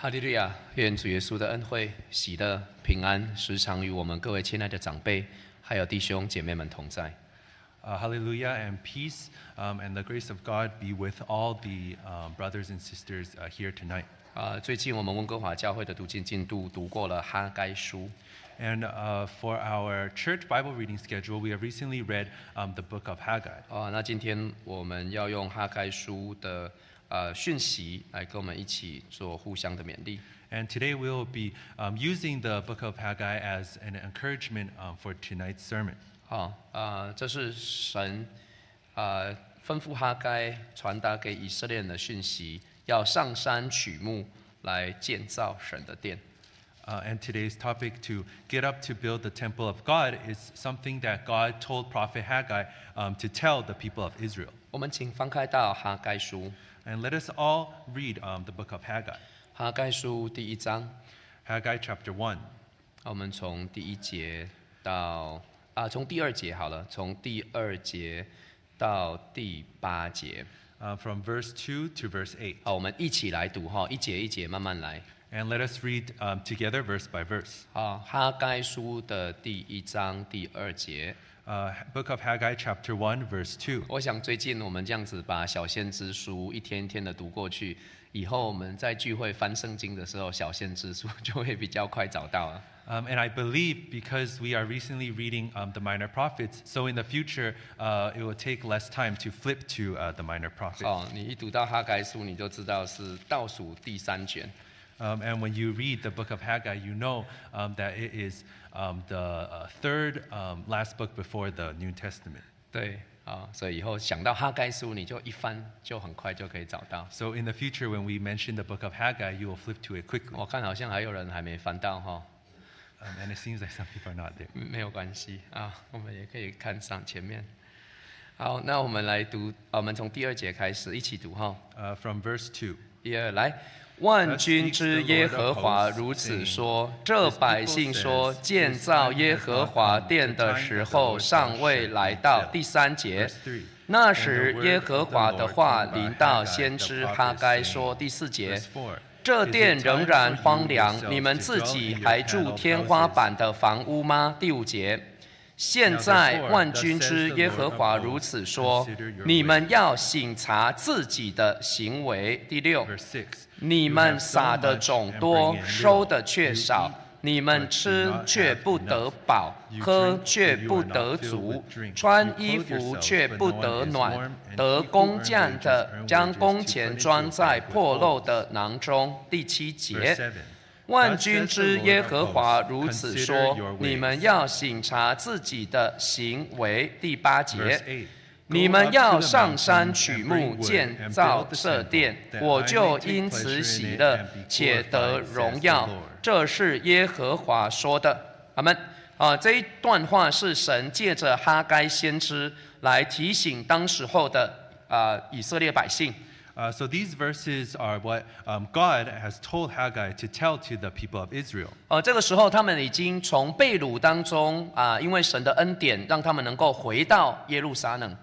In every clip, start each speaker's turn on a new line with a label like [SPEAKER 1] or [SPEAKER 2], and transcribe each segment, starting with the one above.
[SPEAKER 1] 哈利路亚！愿主耶稣的恩惠、喜乐、平安时常与我们各位亲爱的长辈，还有弟兄姐妹们同在。
[SPEAKER 2] Uh, hallelujah and peace um, and the grace of God be with all the um, brothers and sisters uh, here tonight.
[SPEAKER 1] 啊、最近我们温哥华教会的读经进度读过了哈该书，
[SPEAKER 2] And uh, for our church Bible reading schedule, we have recently read um, the book of Haggai.
[SPEAKER 1] 啊、那今天我们要用哈该书的呃讯息来跟我们一起做互相的勉励。
[SPEAKER 2] And today we'll be um, using the book of Haggai as an encouragement um, for tonight's sermon.
[SPEAKER 1] 好、啊，这是神啊、呃吩咐哈该传达给以色列人的讯息，要上山取木来建造神的殿。
[SPEAKER 2] Uh, and today's topic to get up to build the temple of God is something that God told Prophet Haggai um, to tell the people of Israel.
[SPEAKER 1] 我们请翻开到哈该书，
[SPEAKER 2] And let us all read um, the book of Haggai,
[SPEAKER 1] 哈该书第一章，
[SPEAKER 2] Haggai chapter 1.
[SPEAKER 1] 我们从第一节到啊，从第二节好了，从第二节到第八节，
[SPEAKER 2] uh, from verse 2 to verse 8.
[SPEAKER 1] 好，我们一起来读哈，一节一节慢慢来。
[SPEAKER 2] And let us read um, together verse by verse.
[SPEAKER 1] 好，哈该书的第一章第二节，
[SPEAKER 2] Uh, book of Haggai, chapter 1, verse 2.
[SPEAKER 1] 我想最近我们这样子把小先知书一天一天的读过去，以后我们在聚会翻圣经的时候，小先知书就会比较快找到啊了。
[SPEAKER 2] Um, and I believe because we are recently reading um, the Minor Prophets, so in the future uh, it will take less time to flip to uh, the Minor Prophets.
[SPEAKER 1] 哦，你一读到哈该书，你就知道是倒数第三卷。
[SPEAKER 2] Um, and when you read the book of Haggai, you know um, that it is um, the uh, third um, last book before the New Testament.
[SPEAKER 1] 对，啊、所以以后想到哈该书，你就一翻，就很快就可以找到。
[SPEAKER 2] So in the future, when we mention the book of Haggai, you will flip to it quickly.
[SPEAKER 1] 我看好像还有人还没翻到哈、
[SPEAKER 2] Um, and it seems like some people are not there.
[SPEAKER 1] 没有关系啊，我们也可以看上前面。好，那我们来读，啊我们从第二节开始一起读哈、
[SPEAKER 2] Uh, from verse 2.
[SPEAKER 1] 一二来，万军之耶和华如此说：这百姓说，建造耶和华殿的时候尚未来到。第三节，那时耶和华的话临到先知哈该说。第四节
[SPEAKER 2] Verse。4.
[SPEAKER 1] 这殿仍然荒凉，你们自己还住天花板的房屋吗？第五节，现在万军之耶和华如此说：你们要省察自己的行为。第六，
[SPEAKER 2] Verse 6.
[SPEAKER 1] 你们撒的种多，收的却少；你们吃却不得饱，喝却不得足，穿衣服却不得暖。得工匠的将工钱装在破漏的囊中。第七
[SPEAKER 2] Verse
[SPEAKER 1] 节。
[SPEAKER 2] 7.
[SPEAKER 1] 万军之耶和华如此说：你们要省察自己的行为。第八
[SPEAKER 2] Verse
[SPEAKER 1] 节
[SPEAKER 2] 8.
[SPEAKER 1] 你们要上山取木，建造这殿，我就因此喜乐，且得荣耀。这是耶和华说的。阿门。啊，这一段话是神借着哈该先知来提醒当时候的啊、以色列百姓。
[SPEAKER 2] Uh, so these verses are what um, God has told Haggai to tell to the people of Israel.
[SPEAKER 1] 呃，这个时候他们已经从被掳当中啊、因为神的恩典，让他们能够回到耶路撒冷。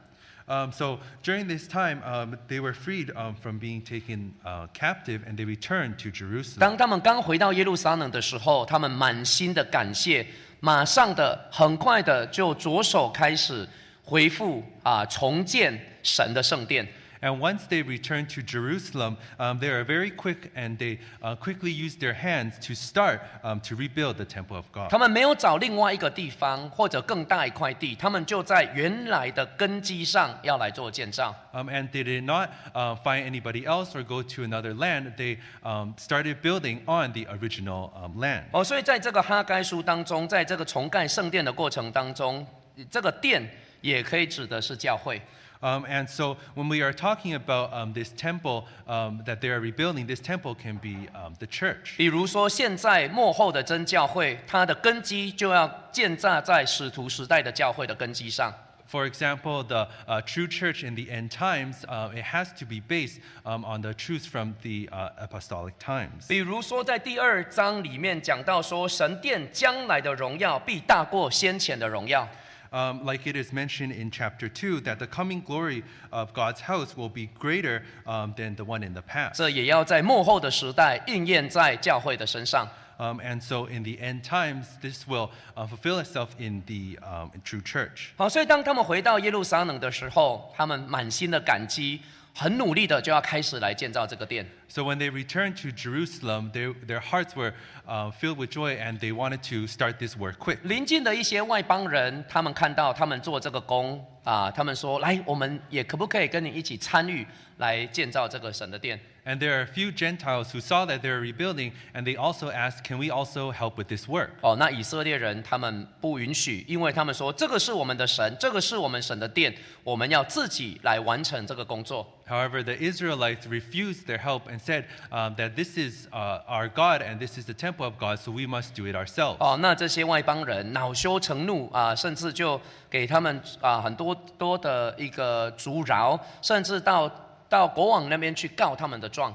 [SPEAKER 2] Um, so during this time, um, they were freed um, from being taken uh, captive and they returned to Jerusalem.
[SPEAKER 1] 当他们刚回到耶路撒冷的时候，他们满心的感谢，马上的、很快的就着手开始恢复啊、重建神的圣殿。
[SPEAKER 2] And once they returned to Jerusalem, um, they are very quick and they uh, quickly used their hands to start um, to rebuild the temple of God.
[SPEAKER 1] 他们没有找另外一个地方或者更大一块地，他们就在原来的根基上要来做建造。
[SPEAKER 2] Um, and they did not uh, find anybody else or go to another land. They um, started building on the original um, land.
[SPEAKER 1] 哦，所以在这个哈该书当中，在这个重盖圣殿的过程当中，这个殿也可以指的是教会。
[SPEAKER 2] Um, and so when we are talking about um, this temple um, that they are rebuilding, this temple can be um, the church.
[SPEAKER 1] 比如说，现在幕后的真教会，它的根基就要建造在使徒时代的教会的根基上。
[SPEAKER 2] For example, the uh, true church in the end times, uh, it has to be based um, on the truth from the uh, apostolic times.
[SPEAKER 1] 比如说，在第二章里面讲到说，神殿将来的荣耀必大过先前的荣耀。
[SPEAKER 2] um, like it is mentioned in chapter 2, that the coming glory of God's house will be greater um, than the one in the past.
[SPEAKER 1] 这也要在幕后的时代应验在教会的身上。
[SPEAKER 2] Um, and so in the end times, this will uh, fulfill itself in the um, true church.
[SPEAKER 1] 好，所以当他们回到耶路撒冷的时候，他们满心的感激，很努力的就要开始来建造这个殿。
[SPEAKER 2] So when they returned to Jerusalem, their, their hearts were uh, filled with joy and they wanted to start this work quick.
[SPEAKER 1] 邻近的一些外邦人，他们看到他们做这个工啊，他们说：“来，我们也可不可以跟你一起参与来建造这个神的殿？”
[SPEAKER 2] And there are a few Gentiles who saw that they were rebuilding and they also asked, Can we also help with this work?
[SPEAKER 1] 哦，那以色列人他们不允许，因为他们说这个是我们的神，这个是我们神的殿，我们要自己来完成这个工作。
[SPEAKER 2] However, the Israelites refused their help and said um, that this is uh, our God and this is the temple of God, so we must do it ourselves.
[SPEAKER 1] 哦，那这些外邦人恼羞成怒啊，甚至就给他们啊很多多的一个阻挠，甚至到到国王那边去告他们的状。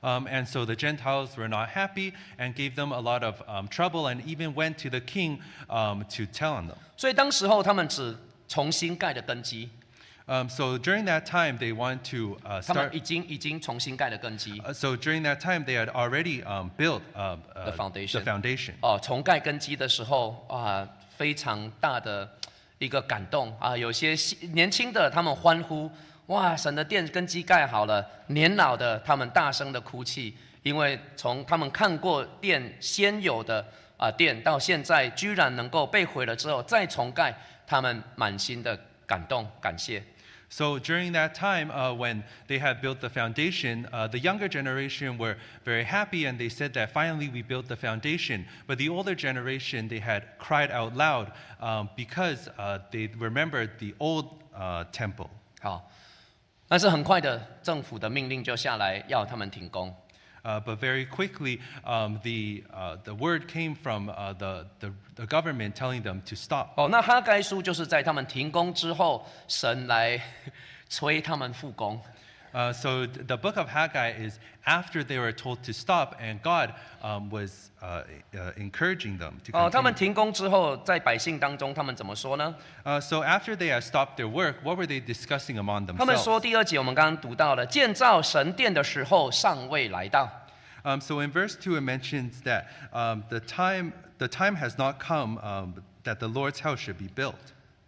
[SPEAKER 2] Um, and so the Gentiles were not happy and gave them a lot of um, trouble and even went to the king um, to tell on them.
[SPEAKER 1] 所以当时候他们只重新盖的根基，
[SPEAKER 2] Um, so during that time, they want to uh,
[SPEAKER 1] 他们
[SPEAKER 2] start.
[SPEAKER 1] 已经已经重新盖的根基
[SPEAKER 2] uh, so during that time, they had already um, built um, uh,
[SPEAKER 1] The foundation.
[SPEAKER 2] The foundation.
[SPEAKER 1] 哦，重盖根基的时候啊，非常大的一个感动啊，有些新年轻的他们欢呼，哇，神的殿根基盖好了；年老的他们大声的哭泣，因为从他们看过殿先有的啊殿到现在居然能够被毁了之后再重盖，他们满心的感动感谢。
[SPEAKER 2] So during that time, uh, when they had built the foundation, uh, the younger generation were very happy and they said that finally we built the foundation. But the older generation, they had cried out loud um, because uh, they remembered the old uh, temple.
[SPEAKER 1] 好，但是很快的，政府的命令就下来要他们停工。
[SPEAKER 2] Uh, but very quickly, um, the, uh, the word came from uh, the, the, the government telling them to stop.
[SPEAKER 1] 哦，那哈该书就是在他们停工之后，神来 催他们复工。
[SPEAKER 2] Uh, so th- the book of Haggai is after they were told to stop, and God um, was uh, uh, encouraging them to
[SPEAKER 1] 哦，他们
[SPEAKER 2] continue.
[SPEAKER 1] 停工之后，在百姓当中，他们怎么说呢？
[SPEAKER 2] Uh, so after they had stopped their work, what were they discussing among
[SPEAKER 1] 他们
[SPEAKER 2] themselves?
[SPEAKER 1] 说第二节我们刚刚读到了，建造神殿的时候尚未来到。
[SPEAKER 2] Um, so in verse two, it mentions that um, the time the time has not come um, that the Lord's house should be built.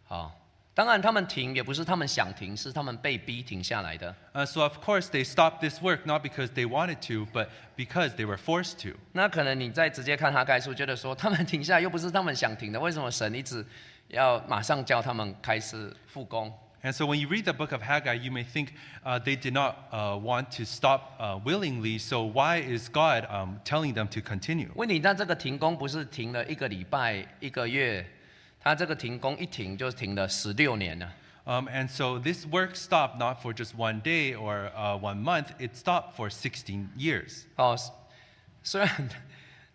[SPEAKER 1] 好、当然他们停也不是他们想停，是他们被逼停下来的。
[SPEAKER 2] Uh, so of course they stopped this work not because they wanted to, but because they were forced to.
[SPEAKER 1] 那可能你再直接看哈该书，觉得说他们停下来又不是他们想停的，为什么神一直要马上叫他们开始复工？
[SPEAKER 2] And so when you read the book of Haggai, you may think uh, they did not uh, want to stop uh, willingly. So why is God um, telling them to continue?
[SPEAKER 1] 问题那这个停工不是停了一个礼拜、一个月，他这个停工一停就停了十六年了。
[SPEAKER 2] Um, and so this work stopped not for just one day or uh, one month. It stopped for 16 years.
[SPEAKER 1] 哦，虽然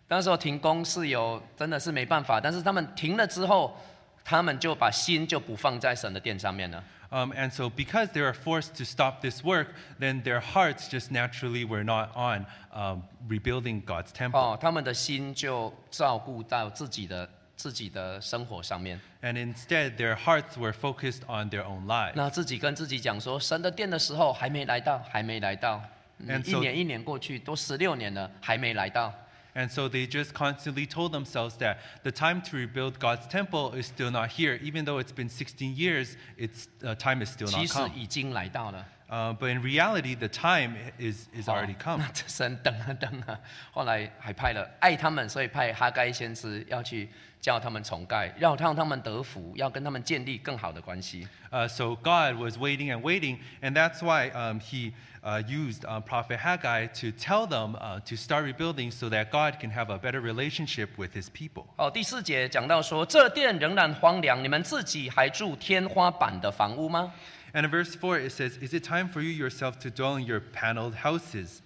[SPEAKER 1] 那时候停工是有真的是没办法，但是他们停了之后，他们就把心就不放在神的殿上面了。
[SPEAKER 2] Um, and so because they were forced to stop this work, then their hearts just naturally were not on um, rebuilding God's temple.
[SPEAKER 1] 哦，他们的心就照顾到自己的自己的生活上面。
[SPEAKER 2] And instead, their hearts were focused on their own lives.
[SPEAKER 1] 那自己跟自己讲说，神的殿的时候还没来到，还没来到。嗯
[SPEAKER 2] And
[SPEAKER 1] 一
[SPEAKER 2] so-
[SPEAKER 1] 年一年过去，都十六年了，还没来到。
[SPEAKER 2] And so they just constantly told themselves that the time to rebuild God's temple is still not here. Even though it's been 16 years, its uh, time is still
[SPEAKER 1] 其
[SPEAKER 2] not
[SPEAKER 1] 实
[SPEAKER 2] come.
[SPEAKER 1] 已经来到了。
[SPEAKER 2] Uh, but in reality, the time is, is
[SPEAKER 1] 哦
[SPEAKER 2] already come.
[SPEAKER 1] 那这神等啊等啊，后来还派了爱他们，所以派哈该先知要去叫他们重盖，要让他们得福，要跟他们建立更好的关系。
[SPEAKER 2] Uh, so God was waiting and waiting, and that's why um, He uh, used uh, Prophet Haggai to tell them uh, to start rebuilding so that God can have a better relationship with His people.
[SPEAKER 1] 哦，第四节讲到说，这殿仍然荒凉，你们自己还住天花板的房屋吗？
[SPEAKER 2] And in verse 4, it says, Is it time for you yourself to dwell in your paneled houses?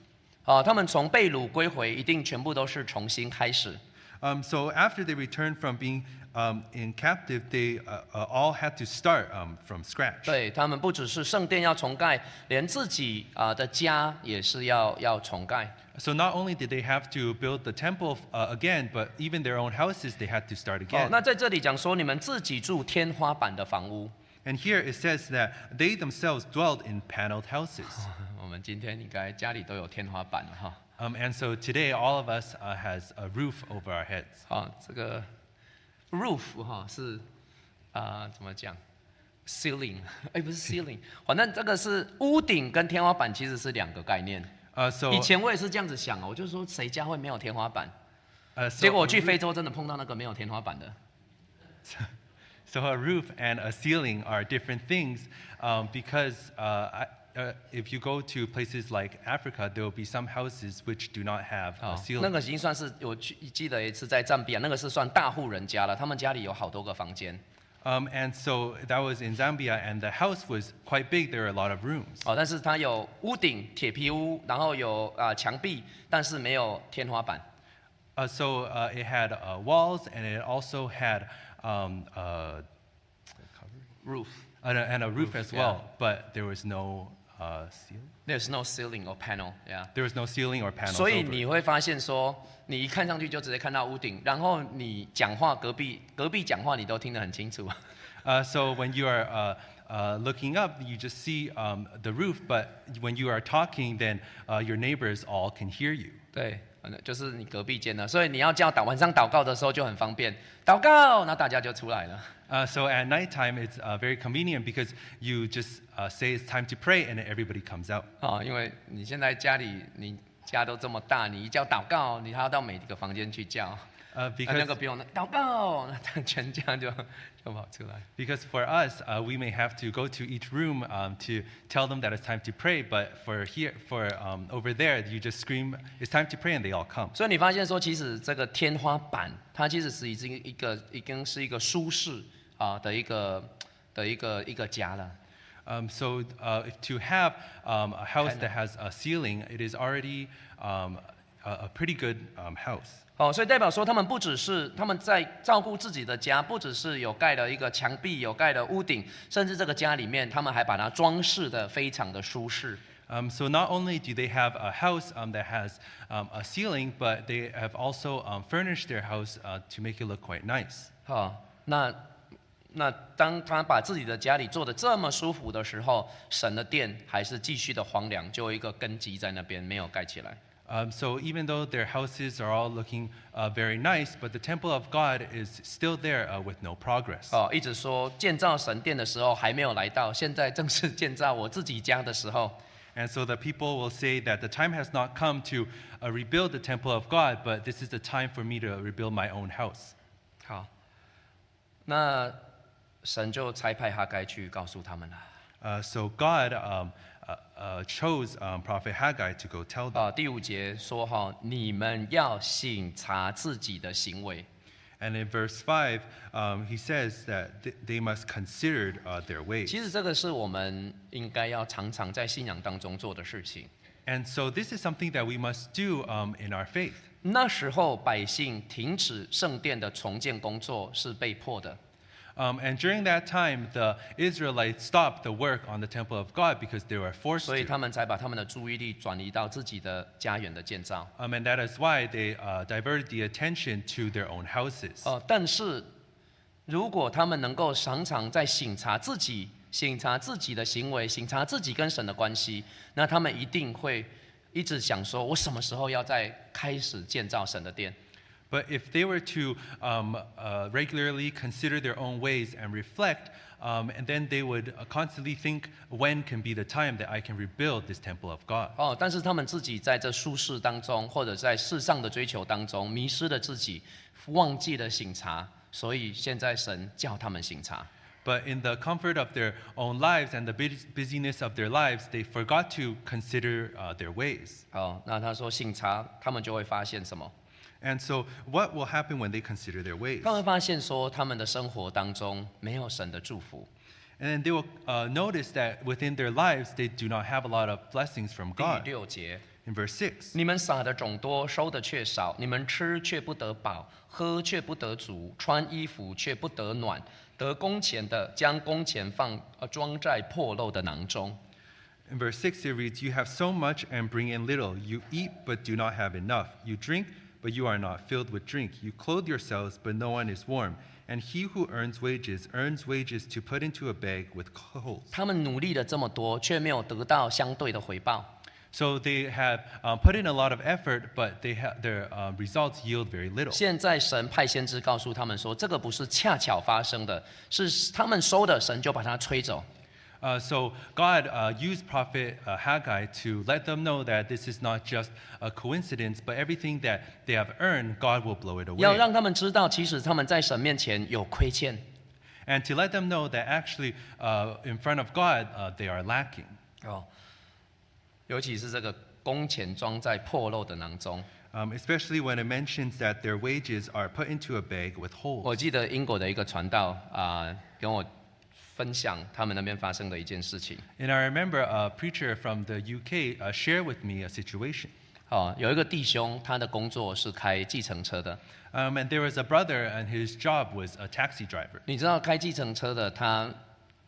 [SPEAKER 1] 哦，他们从被掳归回，一定全部都是重新开始。
[SPEAKER 2] Um, so after they returned from being um, in captive, they uh, uh, all had to start um, from scratch.
[SPEAKER 1] 对他们不只是圣殿要重盖，连自己啊、的家也是要要重盖。
[SPEAKER 2] So not only did they have to build the temple uh, again, but even their own houses they had to start
[SPEAKER 1] 哦
[SPEAKER 2] again.，
[SPEAKER 1] 那在这里讲说你们自己住天花板的房屋。
[SPEAKER 2] and here it says that they themselves dwelled in paneled houses.
[SPEAKER 1] 我们今天应该家里都有天花板了哈。
[SPEAKER 2] Um, and so today, all of us uh, has a roof over our heads.
[SPEAKER 1] 好，这个 roof 哈是啊、怎么讲？ceiling 哎不是 ceiling，反正这个是屋顶跟天花板其实是两个概念。
[SPEAKER 2] Uh, so,
[SPEAKER 1] 以前我也是这样子想哦，我就说谁家会没有天花板？
[SPEAKER 2] uh,
[SPEAKER 1] 结果
[SPEAKER 2] so,
[SPEAKER 1] 哦我去非洲真的碰到那个没有天花板的。
[SPEAKER 2] so a roof and a ceiling are different things um, because uh, I, uh, if you go to places like Africa, there will be some houses which do not have
[SPEAKER 1] 哦
[SPEAKER 2] a
[SPEAKER 1] 那
[SPEAKER 2] ceiling.
[SPEAKER 1] 个已经算是我去记得一次在赞比亚，那个是算大户人家了，他们家里有好多个房间
[SPEAKER 2] Um, and so that was in Zambia, and the house was quite big. There were a lot of rooms.
[SPEAKER 1] 哦，但是它有屋顶铁皮屋，然后有啊、墙壁，但是没有天花板。
[SPEAKER 2] Uh, so uh, it had uh, walls, and it also had um, uh,
[SPEAKER 1] Roof,
[SPEAKER 2] and, a, and a roof, as
[SPEAKER 1] yeah.
[SPEAKER 2] well, but there was no uh, ceiling.
[SPEAKER 1] there's no ceiling or panel, yeah.
[SPEAKER 2] There was no ceiling or panels.
[SPEAKER 1] 所以
[SPEAKER 2] over
[SPEAKER 1] 你
[SPEAKER 2] it.
[SPEAKER 1] 会发现说，你一看上去就直接看到屋顶，然后你讲话隔壁隔壁讲话你都听得很清楚。
[SPEAKER 2] Uh, so when you are uh, uh, looking up, you just see um, the roof, but when you are talking, then uh, your neighbors all can hear you.
[SPEAKER 1] 对，反正呃就是你隔壁间的，所以你要叫祷晚上祷告的时候就很方便，祷告，那大家就出来了。
[SPEAKER 2] Uh, so at nighttime, it's uh, very convenient because you just uh, say it's time to pray, and everybody comes out.
[SPEAKER 1] 啊、因为你现在家里你家都这么大，你一叫祷告，你还要到每个房间去叫，
[SPEAKER 2] Uh,
[SPEAKER 1] 啊、那
[SPEAKER 2] because
[SPEAKER 1] 个不用那祷告，那全家就就跑出来。
[SPEAKER 2] Because for us, uh, we may have to go to each room um, to tell them that it's time to pray, but for here, for um, over there, you just scream, "It's time to pray," and they all come.
[SPEAKER 1] 所以你发现说，其实这个天花板，它其实是已经一个已经是一个舒适啊、的一个的一个一个家了。
[SPEAKER 2] Um, so uh, if to have um, a house that has a ceiling, it is already um, a, a pretty good um, house.
[SPEAKER 1] 哦，所以代表说，他们不只是他们在照顾自己的家，不只是有盖了一个墙壁，有盖了屋顶，甚至这个家里面，他们还把它装饰的非常的舒适。
[SPEAKER 2] Um, so not only do they have a house um, that has um, a ceiling, but they have also um, furnished their house uh, to make it look quite nice.
[SPEAKER 1] 好、哦那那当他把自己的家里做的这么舒服的时候，神的殿还是继续的荒凉，就有一个根基在那边没有盖起来。
[SPEAKER 2] Um, so even though their houses are all looking uh, very nice, but the temple of God is still there uh, with no progress.
[SPEAKER 1] 哦，一直说建造神殿的时候还没有来到，现在正是建造我自己家的时候。
[SPEAKER 2] And so the people will say that the time has not come to uh, rebuild the temple of God, but this is the time for me to rebuild my own house.
[SPEAKER 1] 好，那神就差派哈该去告诉他们了。
[SPEAKER 2] Uh, so God um, uh, uh, chose um, Prophet Haggai to go tell them.
[SPEAKER 1] 啊、第五节说哈、你们要醒察自己的行为。
[SPEAKER 2] And in verse 5, um, he says that th- they must consider uh, their ways.
[SPEAKER 1] 其实这个是我们应该要常常在信仰当中做的事情。
[SPEAKER 2] And so this is something that we must do um, in our faith.
[SPEAKER 1] 那时候百姓停止圣殿的重建工作是被迫的。
[SPEAKER 2] Um, and during that time, the Israelites stopped the work on the temple of God because they were forced
[SPEAKER 1] 所以
[SPEAKER 2] to.
[SPEAKER 1] 他们才把他们的注意力转移到自己的家园的建造。
[SPEAKER 2] Um, and that is why they uh, diverted the attention to their own houses.
[SPEAKER 1] 哦，但是如果他们能够常常在省察自己、省察自己的行为、省察自己跟神的关系，那他们一定会一直想说：我什么时候要再开始建造神的殿？
[SPEAKER 2] But if they were to um, uh, regularly consider their own ways and reflect, um, and then they would uh, constantly think, when can be the time that I can rebuild this temple of God?
[SPEAKER 1] 哦，但是他们自己在这舒适当中，或者在世上的追求当中，迷失了自己，忘记了省察，所以现在神叫他们省察。
[SPEAKER 2] But in the comfort of their own lives and the bus- busyness of their lives, they forgot to consider uh, their ways.
[SPEAKER 1] 哦，那他说省察，他们就会发现什么？
[SPEAKER 2] And so, what will happen when they consider their ways?
[SPEAKER 1] 他们会发现说，他们的生活当中没有神的祝福。
[SPEAKER 2] And then they will uh, notice that within their lives, they do not have a lot of blessings from
[SPEAKER 1] 第
[SPEAKER 2] God.
[SPEAKER 1] 六节，
[SPEAKER 2] in verse 6.
[SPEAKER 1] 你们撒的种多，收的却少；你们吃却不得饱，喝却不得足，穿衣服却不得暖。得工钱的，将工钱放呃装在破漏的囊中。
[SPEAKER 2] In verse 6, it reads, You have so much and bring in little. You eat, but do not have enough. You drink, but you are not filled with drink. You clothe yourselves, but no one is warm. And he who earns wages earns wages to put into a bag with coals.
[SPEAKER 1] 他们努力了这么多，却没有得到相对的回报。
[SPEAKER 2] So they have um, put in a lot of effort, but they ha- their um, results yield very little.
[SPEAKER 1] 现在神派先知告诉他们说，这个不是恰巧发生的，是他们收的，神就把它吹走。
[SPEAKER 2] Uh, so God uh, used Prophet uh, Haggai to let them know that this is not just a coincidence, but everything that they have earned, God will blow it
[SPEAKER 1] 要
[SPEAKER 2] away.
[SPEAKER 1] 让他们知道，其实他们在神面前有亏欠。
[SPEAKER 2] And to let them know that actually, uh, in front of God, uh, they are lacking.
[SPEAKER 1] 哦，尤其是这个工钱装在破漏的囊中。
[SPEAKER 2] Um, especially when it mentions that their wages are put into a bag with
[SPEAKER 1] 我
[SPEAKER 2] holes.
[SPEAKER 1] 记得英国的一个传道啊、跟我分享他们那边发生的一件事情。
[SPEAKER 2] And I remember a preacher from the UK uh, shared with me a situation.
[SPEAKER 1] 哦，有一个弟兄，他的工作是开计程车的。
[SPEAKER 2] Um, and there was a brother, and his job was a taxi driver.
[SPEAKER 1] 你知道开计程车的他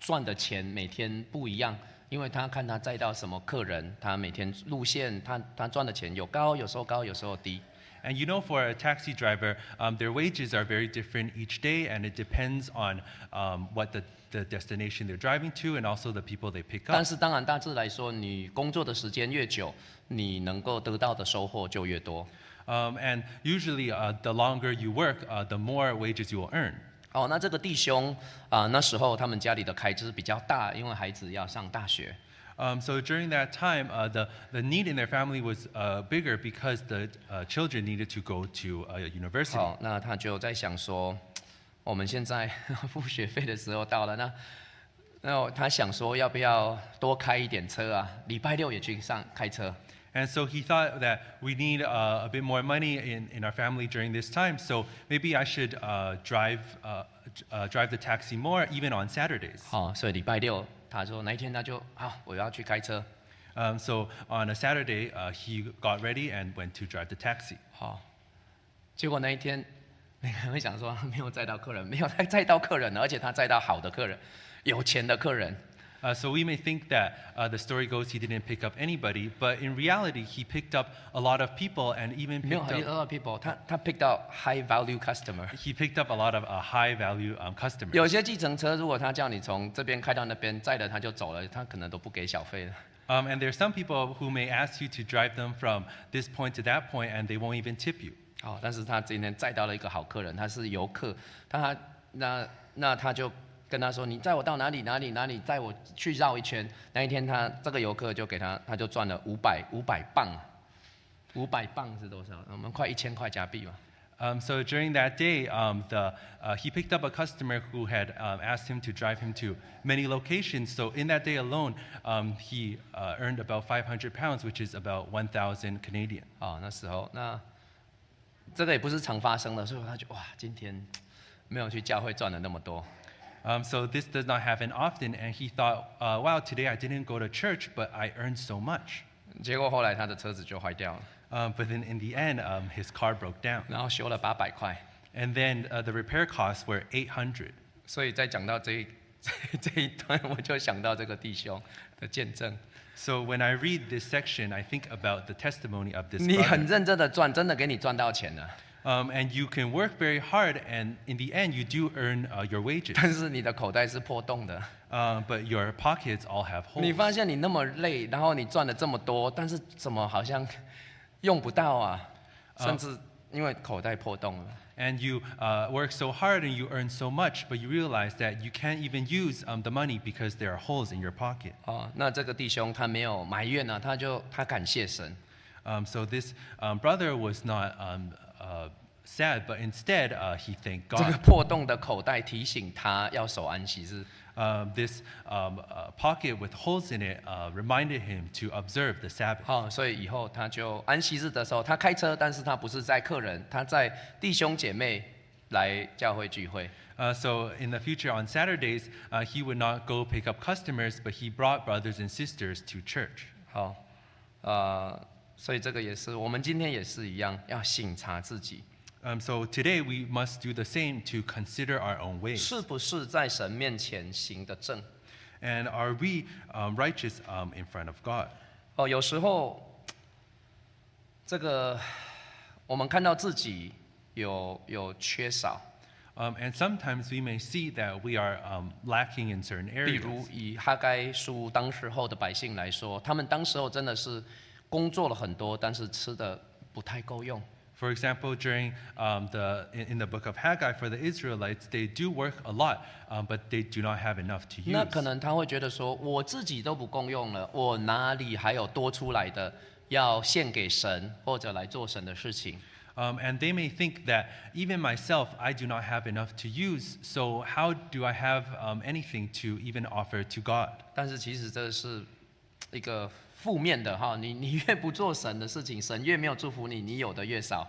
[SPEAKER 1] 赚的钱每天不一样，因为他看他载到什么客人，他每天路线他他赚的钱有高，有时候高，有时候低。
[SPEAKER 2] And you know, for a taxi driver, um, their wages are very different each day, and it depends on um, what the, the destination they're driving to and also the people they pick
[SPEAKER 1] 但
[SPEAKER 2] up.
[SPEAKER 1] 是当然大致来说，你工作的时间越久，你能够得到的收获就越多。
[SPEAKER 2] Um, and usually, uh, the longer you work, uh, the more wages you will earn.
[SPEAKER 1] 哦，那这个弟兄啊、那时候他们家里的开支比较大，因为孩子要上大学。
[SPEAKER 2] Um, so during that time, uh, the, the need in their family was uh, bigger because the uh, children needed to go to uh, university.
[SPEAKER 1] 好，哦那他就在想说，我们现在 付学费的时候到了，那那他想说要不要多开一点车啊？礼拜六也去上开车。
[SPEAKER 2] And so he thought that we need uh, a bit more money in, in our family during this time, so maybe I should uh, drive, uh, j- uh, drive the taxi more, even on Saturdays.
[SPEAKER 1] 好，哦所以礼拜六他说那一天他就好，我要去开车。
[SPEAKER 2] Um, so on a Saturday, uh, he got ready and went to drive the taxi.
[SPEAKER 1] 好，哦结果那一天， 你可能会想说没有载到客人，没有他载到客人了，而且他载到好的客人，有钱的客人。
[SPEAKER 2] Uh, so we may think that uh, the story goes he didn't pick up anybody, but in reality, he picked up a lot of people and even
[SPEAKER 1] 没有
[SPEAKER 2] picked
[SPEAKER 1] a
[SPEAKER 2] up, 嗯
[SPEAKER 1] lot of people，他他 pick 到 high value customer。
[SPEAKER 2] he picked up a lot of uh, high value um, customers.
[SPEAKER 1] 有些计程车，如果他叫你从这边开到那边，载了他就走了，他可能都不给小费了。
[SPEAKER 2] Um, and there's some people who may ask you to drive them from this point to that point, and they won't even tip you.
[SPEAKER 1] 好、哦但是他今天载到了一个好客人，他是游客，他那那他就跟他说：“你载我到哪里哪里哪里，载我去绕一圈。”那一天他这个游客就给他，他就赚了五百五百磅，五百磅是多少？我们快一千块加币嘛。
[SPEAKER 2] Um, so during that day, um, the, uh, he picked up a customer who had um, asked him to drive him to many locations. So in that day alone, um, he uh, earned about 500 pounds, which is about 1,000 Canadian.
[SPEAKER 1] 哦，那时候那这个也不是常发生的，所以他就哇，今天没有去教会赚了那么多。
[SPEAKER 2] Um, so this does not happen often, and he thought, uh, wow, today I didn't go to church, but I earned so much.
[SPEAKER 1] 结果后来他的车子就坏掉了，
[SPEAKER 2] Um, but then in the end, um, his car broke down,
[SPEAKER 1] 然后修了八百块。
[SPEAKER 2] and then uh, the repair costs were 800.
[SPEAKER 1] 所以在讲到这一 这一段，我就想到这个弟兄的见证。
[SPEAKER 2] So when I read this section, I think about the testimony of this
[SPEAKER 1] 你
[SPEAKER 2] brother.
[SPEAKER 1] 很认真的赚，真的给你赚到钱了，
[SPEAKER 2] Um, and you can work very hard, and in the end, you do earn uh, your wages.
[SPEAKER 1] 但是你的口袋是破洞的。
[SPEAKER 2] Uh, but your pockets all have
[SPEAKER 1] 你
[SPEAKER 2] holes.
[SPEAKER 1] 发现你那么累，然后你赚了这么多，但是怎么好像用不到啊？甚至因为口袋破洞了。
[SPEAKER 2] And you uh, work so hard and you earn so much, but you realize that you can't even use um, the money because there are holes in your pocket.
[SPEAKER 1] 哦，那这个弟兄他没有埋怨呢、他就他感谢神。
[SPEAKER 2] Um, so this um, brother was not um, uh, sad, but instead uh, he thanked
[SPEAKER 1] 这个
[SPEAKER 2] God.
[SPEAKER 1] 破洞的口袋提醒他要守安息日。
[SPEAKER 2] Um, this um, uh, pocket with holes in it uh, reminded him to observe the Sabbath.
[SPEAKER 1] 哦，所以以后他就安息日的时候，他开车，但是他不是在客人，他在弟兄姐妹来教会聚会。
[SPEAKER 2] Uh, so in the future, on Saturdays, uh, he would not go pick up customers, but he brought brothers and sisters to church.
[SPEAKER 1] 哦好，呃，所以这个也是，我们今天也是一样，要醒察自己
[SPEAKER 2] Um, so today we must do the same to consider our own ways.
[SPEAKER 1] 是不是在神面前行得正。
[SPEAKER 2] And are we um, righteous um, in front of God?
[SPEAKER 1] 哦，有时候这个我们看到自己有有缺少，
[SPEAKER 2] Um, and sometimes we may see that we are um, lacking in certain
[SPEAKER 1] 比
[SPEAKER 2] areas.
[SPEAKER 1] 如以哈该书当时候的百姓来说，他们当时候真的是工作了很多，但是吃的不太够用。
[SPEAKER 2] For example, during um, the in, in the book of Haggai for the Israelites, they do work a lot, um, but they do not have enough to use.
[SPEAKER 1] 那可能他会觉得说，我自己都不够用了，我哪里还有多出来的要献给神或者来做神的事情？
[SPEAKER 2] Um, and they may think that even myself, I do not have enough to use. So how do I have um, anything to even offer to God?
[SPEAKER 1] 但是其实这是一个负面的哈，你你越不做神的事情，神越没有祝福你，你有的越少。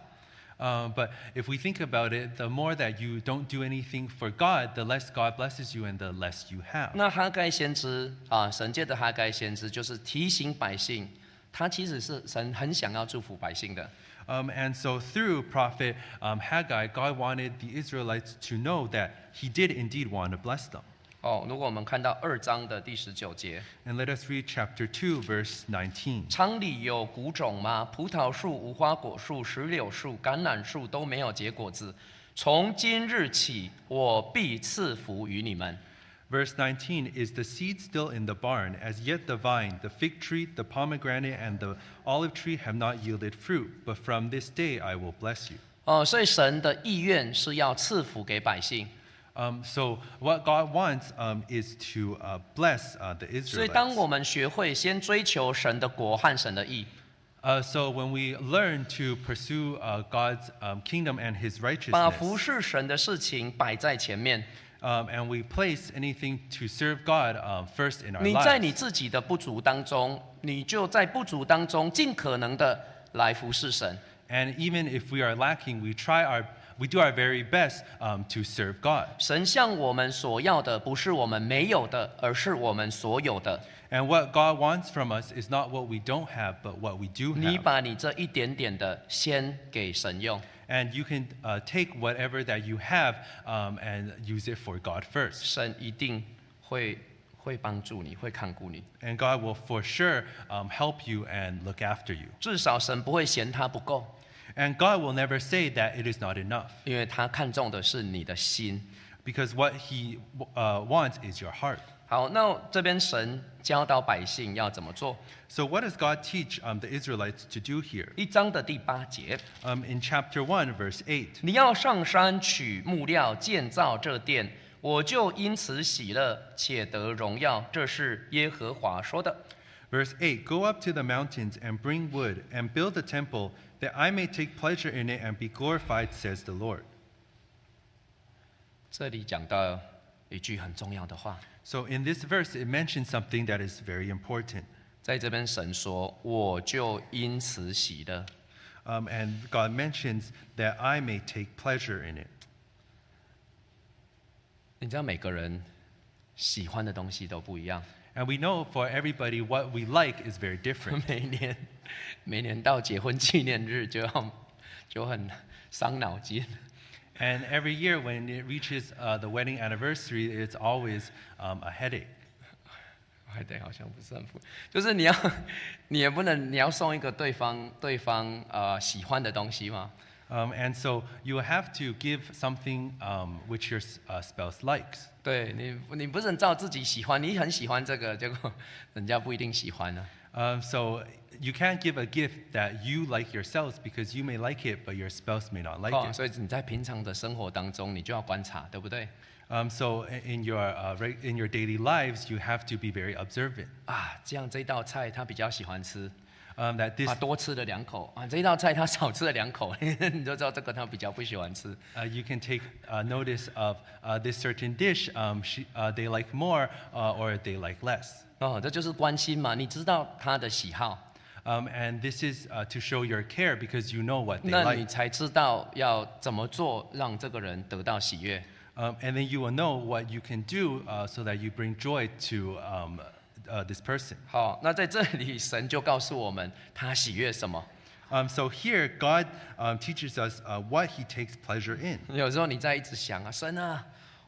[SPEAKER 2] Um, but if we think about it, the more that you don't do anything for God, the less God blesses you and the less you have.
[SPEAKER 1] 那哈该先知啊，神界的哈该先知就是提醒百姓，他其实是神很想要祝福百姓的，
[SPEAKER 2] Um, and so through prophet um, Haggai, God wanted the Israelites to know that He did indeed want to bless them.
[SPEAKER 1] 哦，如果我们看到二章的第十九节，
[SPEAKER 2] And let us read chapter 2, verse 19.
[SPEAKER 1] 仓里有谷种吗？葡萄树、无花果树、石榴树、橄榄树都没有结果子。从今日起，我必赐福于你们。
[SPEAKER 2] Verse 19 Is the seed still in the barn? As yet the vine, the fig tree, the pomegranate, and the olive tree have not yielded fruit, but from this day I will bless you.
[SPEAKER 1] 哦，所以神的意愿是要赐福给百姓。
[SPEAKER 2] Um, so, what God wants um, is to uh, bless uh, the
[SPEAKER 1] 所以，当
[SPEAKER 2] Israelites.
[SPEAKER 1] 我们学会先追求神的国和神的义，
[SPEAKER 2] Uh, so, when we learn to pursue uh, God's um, kingdom and His
[SPEAKER 1] 把服
[SPEAKER 2] righteousness,
[SPEAKER 1] 侍神的事情摆在前面，
[SPEAKER 2] um, and we place anything to serve God um, first in our
[SPEAKER 1] 你在你
[SPEAKER 2] lives,
[SPEAKER 1] 自己的不足当中，你就在不足当中尽可能的来服侍神。
[SPEAKER 2] and even if we are lacking, we try our we do our very best um, to serve God.
[SPEAKER 1] 神向我们所要的不是我们没有的，而是我们所有的。
[SPEAKER 2] And what God wants from us is not what we don't have, but what we do
[SPEAKER 1] 你
[SPEAKER 2] have.
[SPEAKER 1] 把你这一点点的先给神用，
[SPEAKER 2] And you can uh, take whatever that you have um, and use it for God first.
[SPEAKER 1] 神一定会会帮助你，会看顾你。
[SPEAKER 2] And God will for sure um, help you and look after you.
[SPEAKER 1] 至少神不会嫌他不够，
[SPEAKER 2] And God will never say that it is not enough,
[SPEAKER 1] 因为他看重的是你的心。
[SPEAKER 2] because what He uh, wants is your heart.
[SPEAKER 1] 好，那这边神教导百姓要怎么做？
[SPEAKER 2] So, what does God teach um, the Israelites to do here?
[SPEAKER 1] 一章的第八节，
[SPEAKER 2] Um, in chapter 1, verse 8,
[SPEAKER 1] 你要上山取木料建造这殿，我就因此喜乐，且得荣耀。这是耶和华说的。
[SPEAKER 2] Verse 8 Go up to the mountains and bring wood and build a temple, that I may take pleasure in it and be glorified, says the Lord.
[SPEAKER 1] 这里讲到一句很重要的话，
[SPEAKER 2] So in this verse, it mentions something that is very important.
[SPEAKER 1] 在这边神说：“我就因此喜乐。
[SPEAKER 2] Um, and God mentions that I may take pleasure in it. ”
[SPEAKER 1] 你知道每个人喜欢的东西都不一样，
[SPEAKER 2] And we know for everybody what we like is very different.
[SPEAKER 1] 每年每年到结婚纪念日就要就很伤脑筋。
[SPEAKER 2] and every year when it reaches uh, the wedding anniversary, it's always um, a headache.
[SPEAKER 1] 哎，对，好像不是很符，就是你要，你也不能，你要送一个对方对方呃喜欢的东西嘛。
[SPEAKER 2] Um, and so you have to give something um, which your uh, spouse likes.
[SPEAKER 1] 对你，你不能照自己喜欢，你很喜欢这个，结果 人家不一定喜欢啊呢、
[SPEAKER 2] Um, so you can't give a gift that you like yourselves because you may like it, but your spouse may not like
[SPEAKER 1] 哦，
[SPEAKER 2] it.
[SPEAKER 1] 所以你在平常的生活当中，你就要观察，对不对？
[SPEAKER 2] Um, so i- in your uh, reg- in your daily lives, you have to be very observant.
[SPEAKER 1] 啊，这样这道菜他比较喜欢吃，
[SPEAKER 2] Um, that this
[SPEAKER 1] 啊，多吃了两口啊，这道菜他少吃了两口， 你就知道这个他比较不喜欢吃。
[SPEAKER 2] uh, you can take uh, notice of uh, this certain dish. Um, she, uh, they like more uh, or they like less.
[SPEAKER 1] 哦，这就是关心嘛，你知道他的喜好，
[SPEAKER 2] Um, and this is uh, to show your care because you know what they
[SPEAKER 1] 那你
[SPEAKER 2] like.
[SPEAKER 1] 才知道要怎么做让这个人得到喜悦。
[SPEAKER 2] Um, and then you will know what you can do uh, so that you bring joy to um, uh, this person.
[SPEAKER 1] 好，那在这里神就告诉我们他喜悦什么。
[SPEAKER 2] Um, so here, God um, teaches us uh, what He takes pleasure in.
[SPEAKER 1] 有时候你在一直想啊，神啊，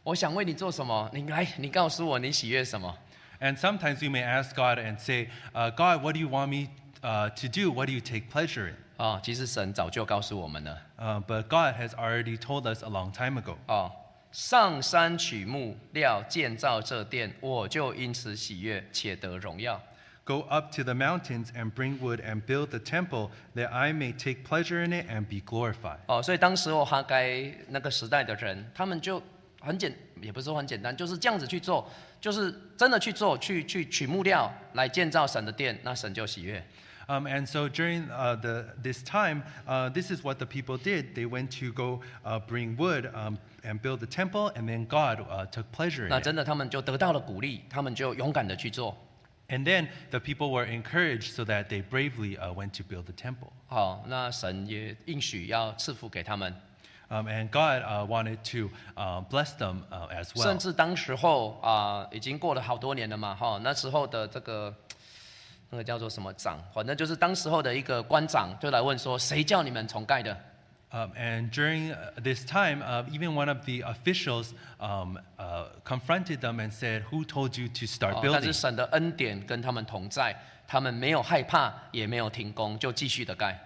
[SPEAKER 1] 我想为你做什么？你来，你告诉我你喜悦什么？
[SPEAKER 2] And sometimes we may ask God and say, uh, God, what do you want me uh, to do? What do you take pleasure in?
[SPEAKER 1] 啊、其实神早就告诉我们了。
[SPEAKER 2] Uh, but God has already told us a long time ago.
[SPEAKER 1] 哦，上山取木料建造这殿，我就因此喜悦，且得荣耀。
[SPEAKER 2] Go up to the mountains and bring wood and build the temple, that I may take pleasure in it and be glorified.
[SPEAKER 1] 哦，所以当时候哈该那个时代的人，他们就很简，也不是说很简单，就是这样子去做，就是真的去做，去去取木料来建造神的殿，那神就喜悦。
[SPEAKER 2] Um, and so during uh, the, this time, uh, this is what the people did. They went to go uh, bring wood um, and build the temple, and then God uh, took pleasure in
[SPEAKER 1] 那
[SPEAKER 2] it.
[SPEAKER 1] 真的他们就得到了鼓励，他们就勇敢的去做。
[SPEAKER 2] And then the people were encouraged so that they bravely uh, went to build the temple.
[SPEAKER 1] 好，那神也应许要赐福给他们，
[SPEAKER 2] Um, and God uh, wanted to uh, bless them uh, as
[SPEAKER 1] 甚
[SPEAKER 2] well.
[SPEAKER 1] 至当时候啊、已经过了好多年了嘛，哈、那时候的这个那个叫做什么长，反正就是当时候的一个官长就来问说，谁叫你们重盖的？
[SPEAKER 2] Um, and during uh, this time, uh, even one of the officials um, uh, confronted them and said, Who told you to
[SPEAKER 1] 哦
[SPEAKER 2] start
[SPEAKER 1] 但是
[SPEAKER 2] building?
[SPEAKER 1] 神的恩典跟他们同在，他们没有害怕，也没有停工，就继续的盖。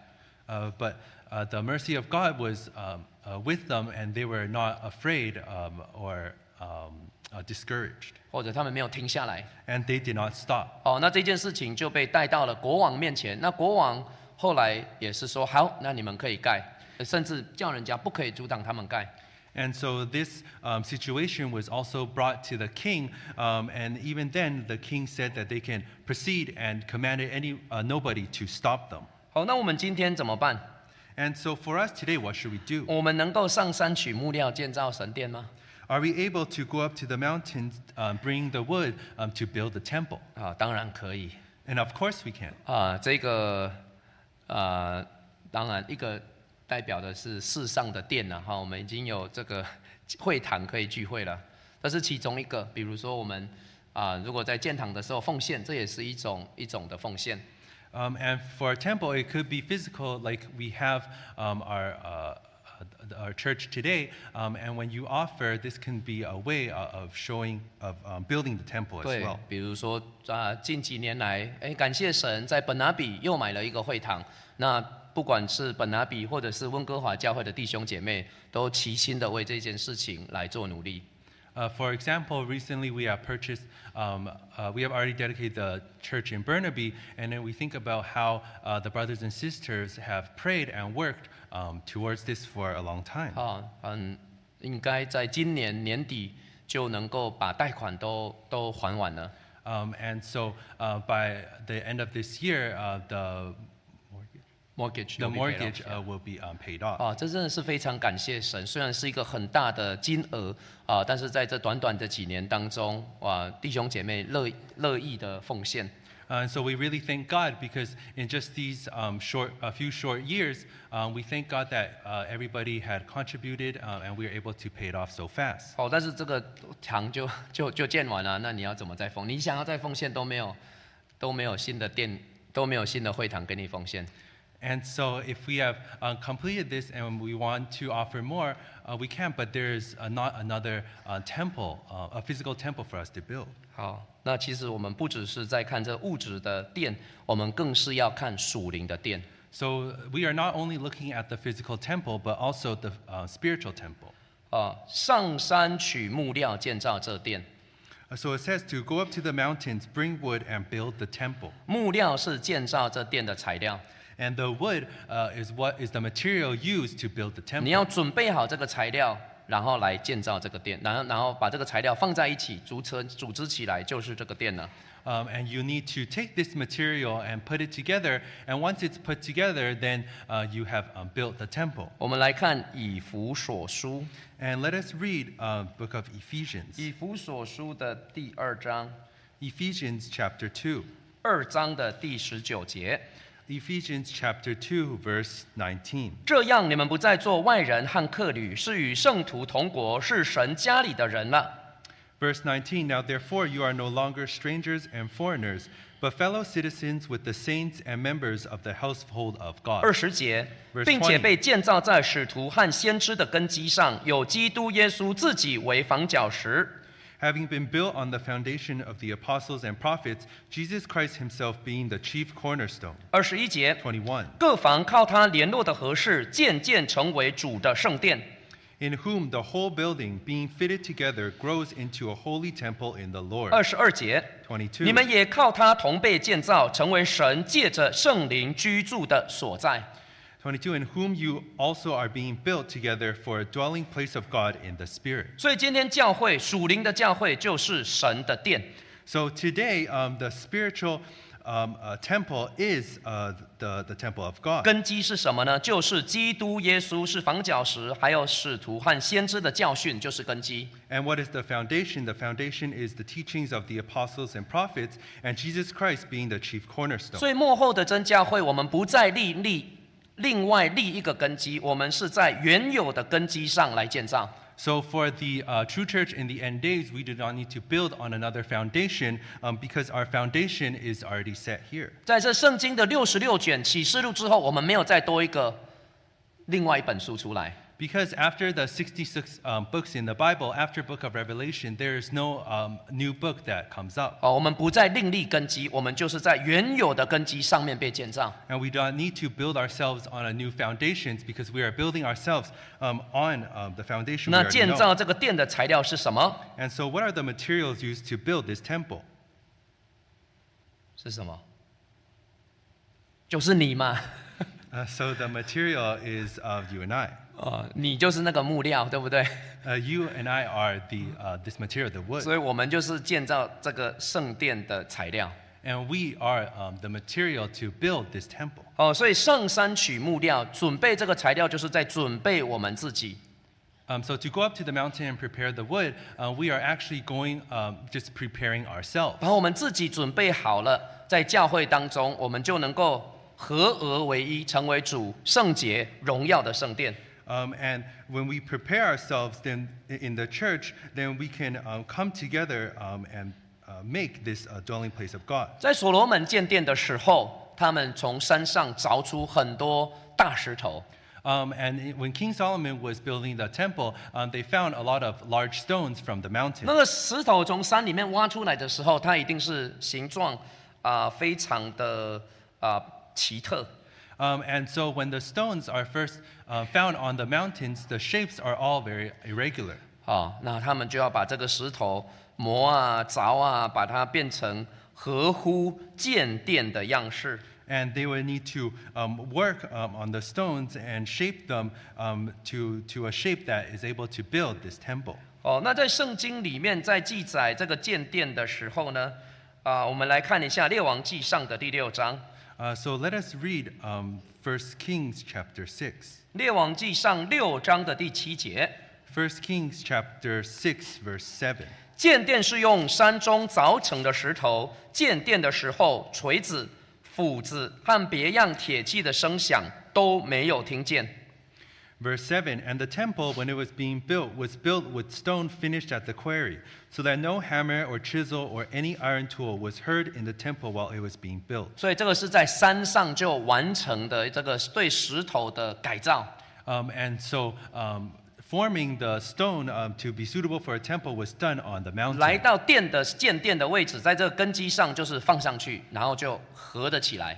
[SPEAKER 2] Uh, but uh, the mercy of God was um, uh, with them, and they were not afraid um, or um, uh, discouraged.
[SPEAKER 1] 或者他们没有停下来，
[SPEAKER 2] And they did not stop.
[SPEAKER 1] 哦，那这件事情就被带到了国王面前。那国王后来也是说，好，那你们可以盖，呃甚至叫人家不可以阻挡他们盖。
[SPEAKER 2] And so this um, situation was also brought to the king, um, and even then the king said that they can proceed and commanded any uh, nobody to stop them.
[SPEAKER 1] 好，那我们今天怎么办？
[SPEAKER 2] And so for us today, what should we do?
[SPEAKER 1] 我们能够上山取木料建造神殿吗？
[SPEAKER 2] Are we able to go up to the mountains, um, bring the wood um, to build the temple?
[SPEAKER 1] 啊，当然可以
[SPEAKER 2] And of course we can.
[SPEAKER 1] 啊，这个呃，当然一个代表的是世上的殿了、哈，我们已经有这个 会堂可以聚会了，这是其中一个。比如说我们啊、如果在建堂的时候奉献，这也是一种一种的奉献。
[SPEAKER 2] Um, and for a temple, it could be physical, like we have um, our, uh, uh, our church today. Um, and when you offer, this can be a way uh, of showing, of um, building the temple as
[SPEAKER 1] 对
[SPEAKER 2] well.，
[SPEAKER 1] 比如说啊、近几年来，哎，感谢神，在本拿比又买了一个会堂。那不管是本拿比或者是温哥华教会的弟兄姐妹，都齐心的为这件事情来做努力。
[SPEAKER 2] Uh, for example, recently we have purchased, um, uh, we have already dedicated the church in Burnaby, and then we think about how uh, the brothers and sisters have prayed and worked um, towards this for a long time.
[SPEAKER 1] 啊，嗯，应该在今年年底就能够把贷款都都还完了。
[SPEAKER 2] Um, and so uh, by the end of this year, uh, the
[SPEAKER 1] mortgage
[SPEAKER 2] the
[SPEAKER 1] will be paid off,
[SPEAKER 2] mortgage
[SPEAKER 1] yeah.
[SPEAKER 2] uh, will be um, paid off.
[SPEAKER 1] 啊，这真的是非常感谢神。虽然是一个很大的金额啊，但是在这短短的几年当中，哇，弟兄姐妹乐乐意的奉献。
[SPEAKER 2] Uh, and so we really thank God because in just these um, short, a few short years, um, we thank God that uh, everybody had contributed um, and we were able to pay it off so fast.
[SPEAKER 1] 哦，但是这个堂就就就建完了，那你要怎么再奉？你想要再奉献都没有，都没有新的店，都没有新的会堂给你奉献。
[SPEAKER 2] And so if we have uh, completed this and we want to offer more, uh, we can, but there is uh, not another uh, temple, uh, a physical temple for us to build.
[SPEAKER 1] 好，那其实我们不只是在看这物质的店，我们更是要看属灵的店。
[SPEAKER 2] So we are not only looking at the physical temple, but also the uh, spiritual temple.
[SPEAKER 1] 啊，上山取木料建造这殿，
[SPEAKER 2] Uh, So it says to go up to the mountains, bring wood, and build the temple.
[SPEAKER 1] 木料是建造这殿的材料，
[SPEAKER 2] And the wood uh, is what is the material used to build the
[SPEAKER 1] 你
[SPEAKER 2] temple.
[SPEAKER 1] 要准备好这个材料，然后来建造这个殿，然后然后把这个材料放在一起，组成组织起来就是这个殿了。
[SPEAKER 2] Um, and you need to take this material and put it together. And once it's put together, then uh, you have um, built the temple.
[SPEAKER 1] 我们来看以弗所书，
[SPEAKER 2] And let us read uh, book of Ephesians,
[SPEAKER 1] 以弗所书的第二章，
[SPEAKER 2] Ephesians chapter 2.
[SPEAKER 1] 二章的第十九节。
[SPEAKER 2] Ephesians chapter 2, verse 19.
[SPEAKER 1] 这样你们不再做外人和客旅，是与圣徒同国，是神家里的人了。
[SPEAKER 2] Verse 19 Now therefore you are no longer strangers and foreigners, but fellow citizens with the saints and members of the household of
[SPEAKER 1] 二
[SPEAKER 2] God.
[SPEAKER 1] 十节，
[SPEAKER 2] Verse
[SPEAKER 1] 并且
[SPEAKER 2] 20
[SPEAKER 1] 被建造在使徒和先知的根基上，有基督耶稣自己为房角石。
[SPEAKER 2] Having been built on the foundation of the apostles and prophets, Jesus Christ himself being the chief cornerstone.
[SPEAKER 1] 二十一节，
[SPEAKER 2] 21.
[SPEAKER 1] 各房靠他联络的合适，渐渐成为主的圣殿。
[SPEAKER 2] In whom the whole building, being fitted together, grows into a holy temple in the Lord.
[SPEAKER 1] 二十二节，
[SPEAKER 2] 22.
[SPEAKER 1] 你们也靠他同被建造，成为神借着圣灵居住的所在。
[SPEAKER 2] 22 in whom you also are being built together for a dwelling place of God in the Spirit.
[SPEAKER 1] 所以今天教会属灵的教会就是神的殿。
[SPEAKER 2] So today, um, the spiritual um, uh, temple is uh, the, the temple of God.
[SPEAKER 1] 根基是什么呢？就是基督耶稣是房角石，还有使徒和先知的教训就是根基。
[SPEAKER 2] And what is the foundation? The foundation is the teachings of the apostles and prophets, and Jesus Christ being the chief cornerstone.
[SPEAKER 1] 所以幕后的真教会，我们不再立立另外立一个根基，我们是在原有的根基上来建造。
[SPEAKER 2] So for the uh, true church in the end days, we do not need to build on another foundation um, because our foundation is already set here.
[SPEAKER 1] 在这圣经的六十六卷启示录之后，我们没有再多一个另外一本书出来。
[SPEAKER 2] Because after the 66 um, books in the Bible, after Book of Revelation, there is no um, new book that comes up.
[SPEAKER 1] 哦，我们不再另立根基，我们就是在原有的根基上面被建造。
[SPEAKER 2] And we don't need to build ourselves on a new foundations because we are building ourselves um, on um, the foundation we
[SPEAKER 1] 那
[SPEAKER 2] already
[SPEAKER 1] 建
[SPEAKER 2] know.
[SPEAKER 1] 造这个殿的材料是什么？
[SPEAKER 2] And so what are the materials used to build this temple?
[SPEAKER 1] 是什么？就是你嘛，
[SPEAKER 2] Uh, so the material is of you and I.
[SPEAKER 1] 哦，你就是那个木料，对不对？
[SPEAKER 2] Uh, you and I are the, uh, this material, the wood.
[SPEAKER 1] 所以我们就是建造这个圣殿的材料。
[SPEAKER 2] And we are um, the material to build this temple.
[SPEAKER 1] 哦，所以上山取木料，准备这个材料，就是在准备我们自己。
[SPEAKER 2] Um, so to go up to the mountain and prepare the wood, uh, we are actually going um, just preparing ourselves.
[SPEAKER 1] 把我们自己准备好了，在教会当中，我们就能够合而为一，成为主圣洁荣耀的圣殿。
[SPEAKER 2] Um, and when we prepare ourselves then in the church, then we can um, come together um, and uh, make this uh, dwelling place of God.
[SPEAKER 1] 在所罗门建殿的时候，他们从山上凿出很多大石头，
[SPEAKER 2] Um, and it- when King Solomon was building the temple, um, they found a lot of large stones from the mountain.
[SPEAKER 1] 那个石头从山里面挖出来的时候，它一定是形状啊、非常的啊、奇特。
[SPEAKER 2] Um, and so when the stones are first uh, found on the mountains, the shapes are all very irregular.
[SPEAKER 1] 啊，那他们就要把这个石头磨啊、凿啊，把它变成合乎建殿的样式。
[SPEAKER 2] And they would need to um, work um, on the stones and shape them um, to, to a shape that is able to build this temple.
[SPEAKER 1] 哦，那在圣经里面在记载这个建殿的时候呢，啊，我们来看一下《列王记上》的第六章，《
[SPEAKER 2] Uh, so let us read um, 1 Kings chapter 6.
[SPEAKER 1] 列王记上》六章的第七节。
[SPEAKER 2] 1 Kings chapter 6, verse 7.
[SPEAKER 1] 建殿是用山中凿成的石头，建殿的时候，锤子、斧子和别样铁器的声响都没有听见。
[SPEAKER 2] Verse 7 And the temple, when it was being built, was built with stone finished at the quarry, so that no hammer or chisel or any iron tool was heard in the temple while it was being built.
[SPEAKER 1] 所以这个是在山上就完成的这个对石头的改造。
[SPEAKER 2] Um, and so, um, forming the stone um, to be suitable for a temple was done on the
[SPEAKER 1] 来
[SPEAKER 2] mountain.
[SPEAKER 1] 到殿的建殿的位置，在这个根基上就是放上去，然后就合得起来。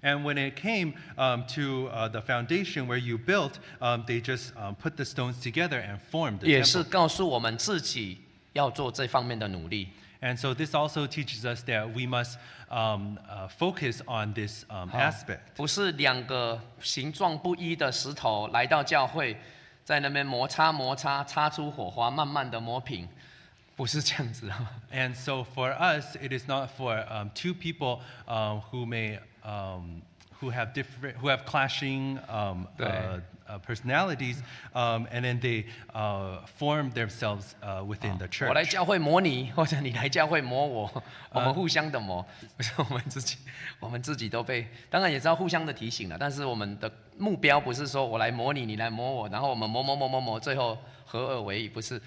[SPEAKER 2] And when it came um, to uh, the foundation where you built, um, they just um, put the stones together and formed the
[SPEAKER 1] 也
[SPEAKER 2] temple.
[SPEAKER 1] 是告诉我们自己要做这方面的努力。
[SPEAKER 2] And so this also teaches us that we must um, uh, focus on this um, aspect.
[SPEAKER 1] 不是两个形状不一的石头来到教会，在那边摩擦摩擦，擦出火花，慢慢的磨平，不是这样子啊。
[SPEAKER 2] And so for us, it is not for um, two people um, who may um, who have different who have clashing um, uh,
[SPEAKER 1] Right.
[SPEAKER 2] uh, personalities, um, and then they uh, form themselves uh, within the
[SPEAKER 1] 我来
[SPEAKER 2] church.
[SPEAKER 1] 教会磨你，或者你来教会磨我，我们互相的磨，不是我们自己，我们自己都被，当然也知道互相的提醒了，但是我们的目标不是说我来磨你，你来磨我，然后我们磨磨磨磨磨，最后合二为一，不是，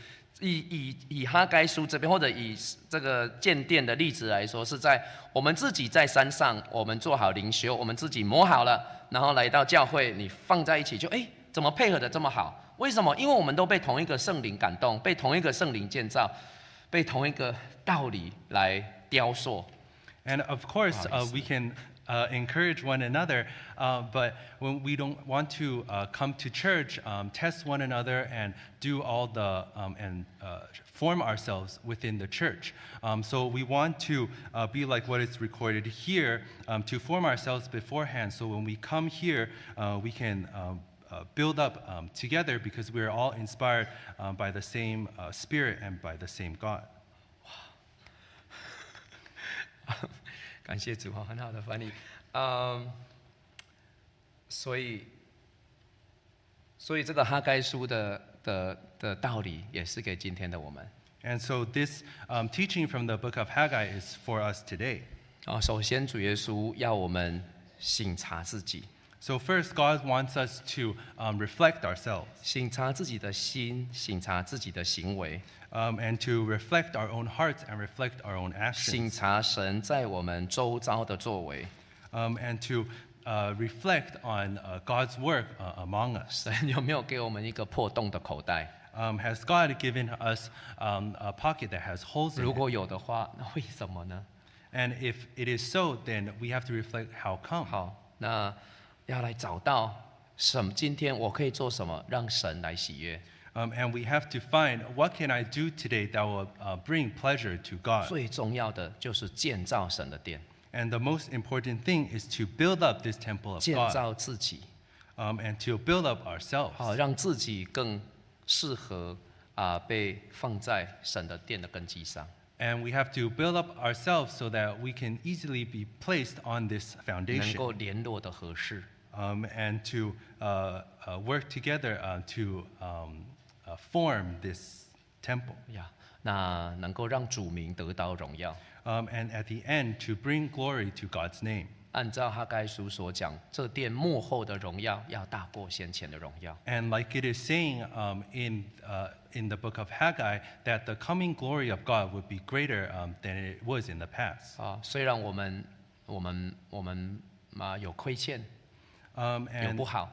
[SPEAKER 1] 以以以哈该书这边，或者以这个建殿的例子来说，是在我们自己在山上，我们做好灵修，我们自己磨好了，然后来到教会，你放在一起就哎，怎么配合的这么好？为什么？因为我们都被同一个圣灵感动，被同一个圣灵建造，被同一个道理来雕塑。
[SPEAKER 2] And of course, uh, we can uh, encourage one another, uh, but when we don't want to uh, come to church, um, test one another, and do all the um, and uh, form ourselves within the church. Um, so we want to uh, be like what is recorded here um, to form ourselves beforehand. So when we come here, uh, we can. Um, uh, build up um, together because we are all inspired um, by the same uh, spirit and by the same God.
[SPEAKER 1] 感谢主哈，很好的翻译。嗯，所以，所以这个哈该书的的的道理也是给今天的我们
[SPEAKER 2] And so this um, teaching from the book of Haggai is for us today.
[SPEAKER 1] 啊。首先，主耶稣要我们省察自己，
[SPEAKER 2] So first, God wants us to um, reflect ourselves
[SPEAKER 1] 省察自己的心，省察自己的行为，
[SPEAKER 2] um, and to reflect our own hearts and reflect our own
[SPEAKER 1] 省
[SPEAKER 2] actions,
[SPEAKER 1] 察神在我们周遭的作为。
[SPEAKER 2] um, and to uh, reflect on uh, God's work uh, among us.
[SPEAKER 1] 神有没有给我们一个破洞的口袋？
[SPEAKER 2] Um, has God given us um, a pocket that has holes in
[SPEAKER 1] 如
[SPEAKER 2] it?
[SPEAKER 1] 果有的话，那为什么呢？
[SPEAKER 2] And if it is so, then we have to reflect how
[SPEAKER 1] 哦
[SPEAKER 2] come.
[SPEAKER 1] 好，那要来找到什么？今天我可以做什么让神来喜悦？
[SPEAKER 2] Um, and we have to find what can I do today that will uh, bring pleasure to God.
[SPEAKER 1] 最重要的就是建造神的殿，
[SPEAKER 2] And the most important thing is to build up this temple of
[SPEAKER 1] 建
[SPEAKER 2] God
[SPEAKER 1] 造自己，
[SPEAKER 2] um, and to build up ourselves
[SPEAKER 1] 好让自己更适合啊、被放在神的殿的根基上。
[SPEAKER 2] And we have to build up ourselves so that we can easily be placed on this
[SPEAKER 1] 能
[SPEAKER 2] foundation
[SPEAKER 1] 够联络的合适，
[SPEAKER 2] um, and to uh, uh, work together uh, to um, uh, form this temple.
[SPEAKER 1] 呀，那能够让主名得到荣耀。
[SPEAKER 2] Um, and at the end, to bring glory to God's name.
[SPEAKER 1] 按照哈该书所讲，这殿幕后的荣耀要大过先前的荣耀。
[SPEAKER 2] And like it is saying um, in, uh, in the book of Haggai, that the coming glory of God would be greater um, than it was in the past.
[SPEAKER 1] 啊，虽然我们我们我们啊有亏欠，
[SPEAKER 2] Um,
[SPEAKER 1] 有
[SPEAKER 2] and,
[SPEAKER 1] 不好，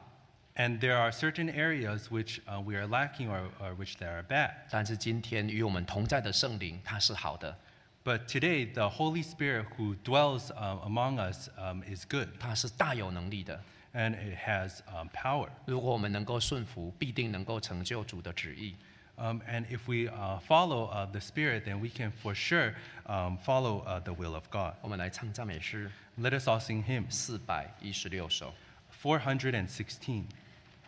[SPEAKER 2] and there are certain areas which uh, we are lacking or, or which that are bad.
[SPEAKER 1] 但是今天与我们同在的圣灵，他是好的，
[SPEAKER 2] But today, the Holy Spirit who dwells um, among us um, is good
[SPEAKER 1] 他是大有能力的。
[SPEAKER 2] and it has um, power.
[SPEAKER 1] 如果我们能够顺服，必定能够成就主的旨意。
[SPEAKER 2] Um, and if we uh, follow uh, the Spirit, then we can for sure um, follow uh, the will of God.
[SPEAKER 1] 我们来唱赞美诗
[SPEAKER 2] Let us all sing hymns.
[SPEAKER 1] 四百一十六首。
[SPEAKER 2] 416.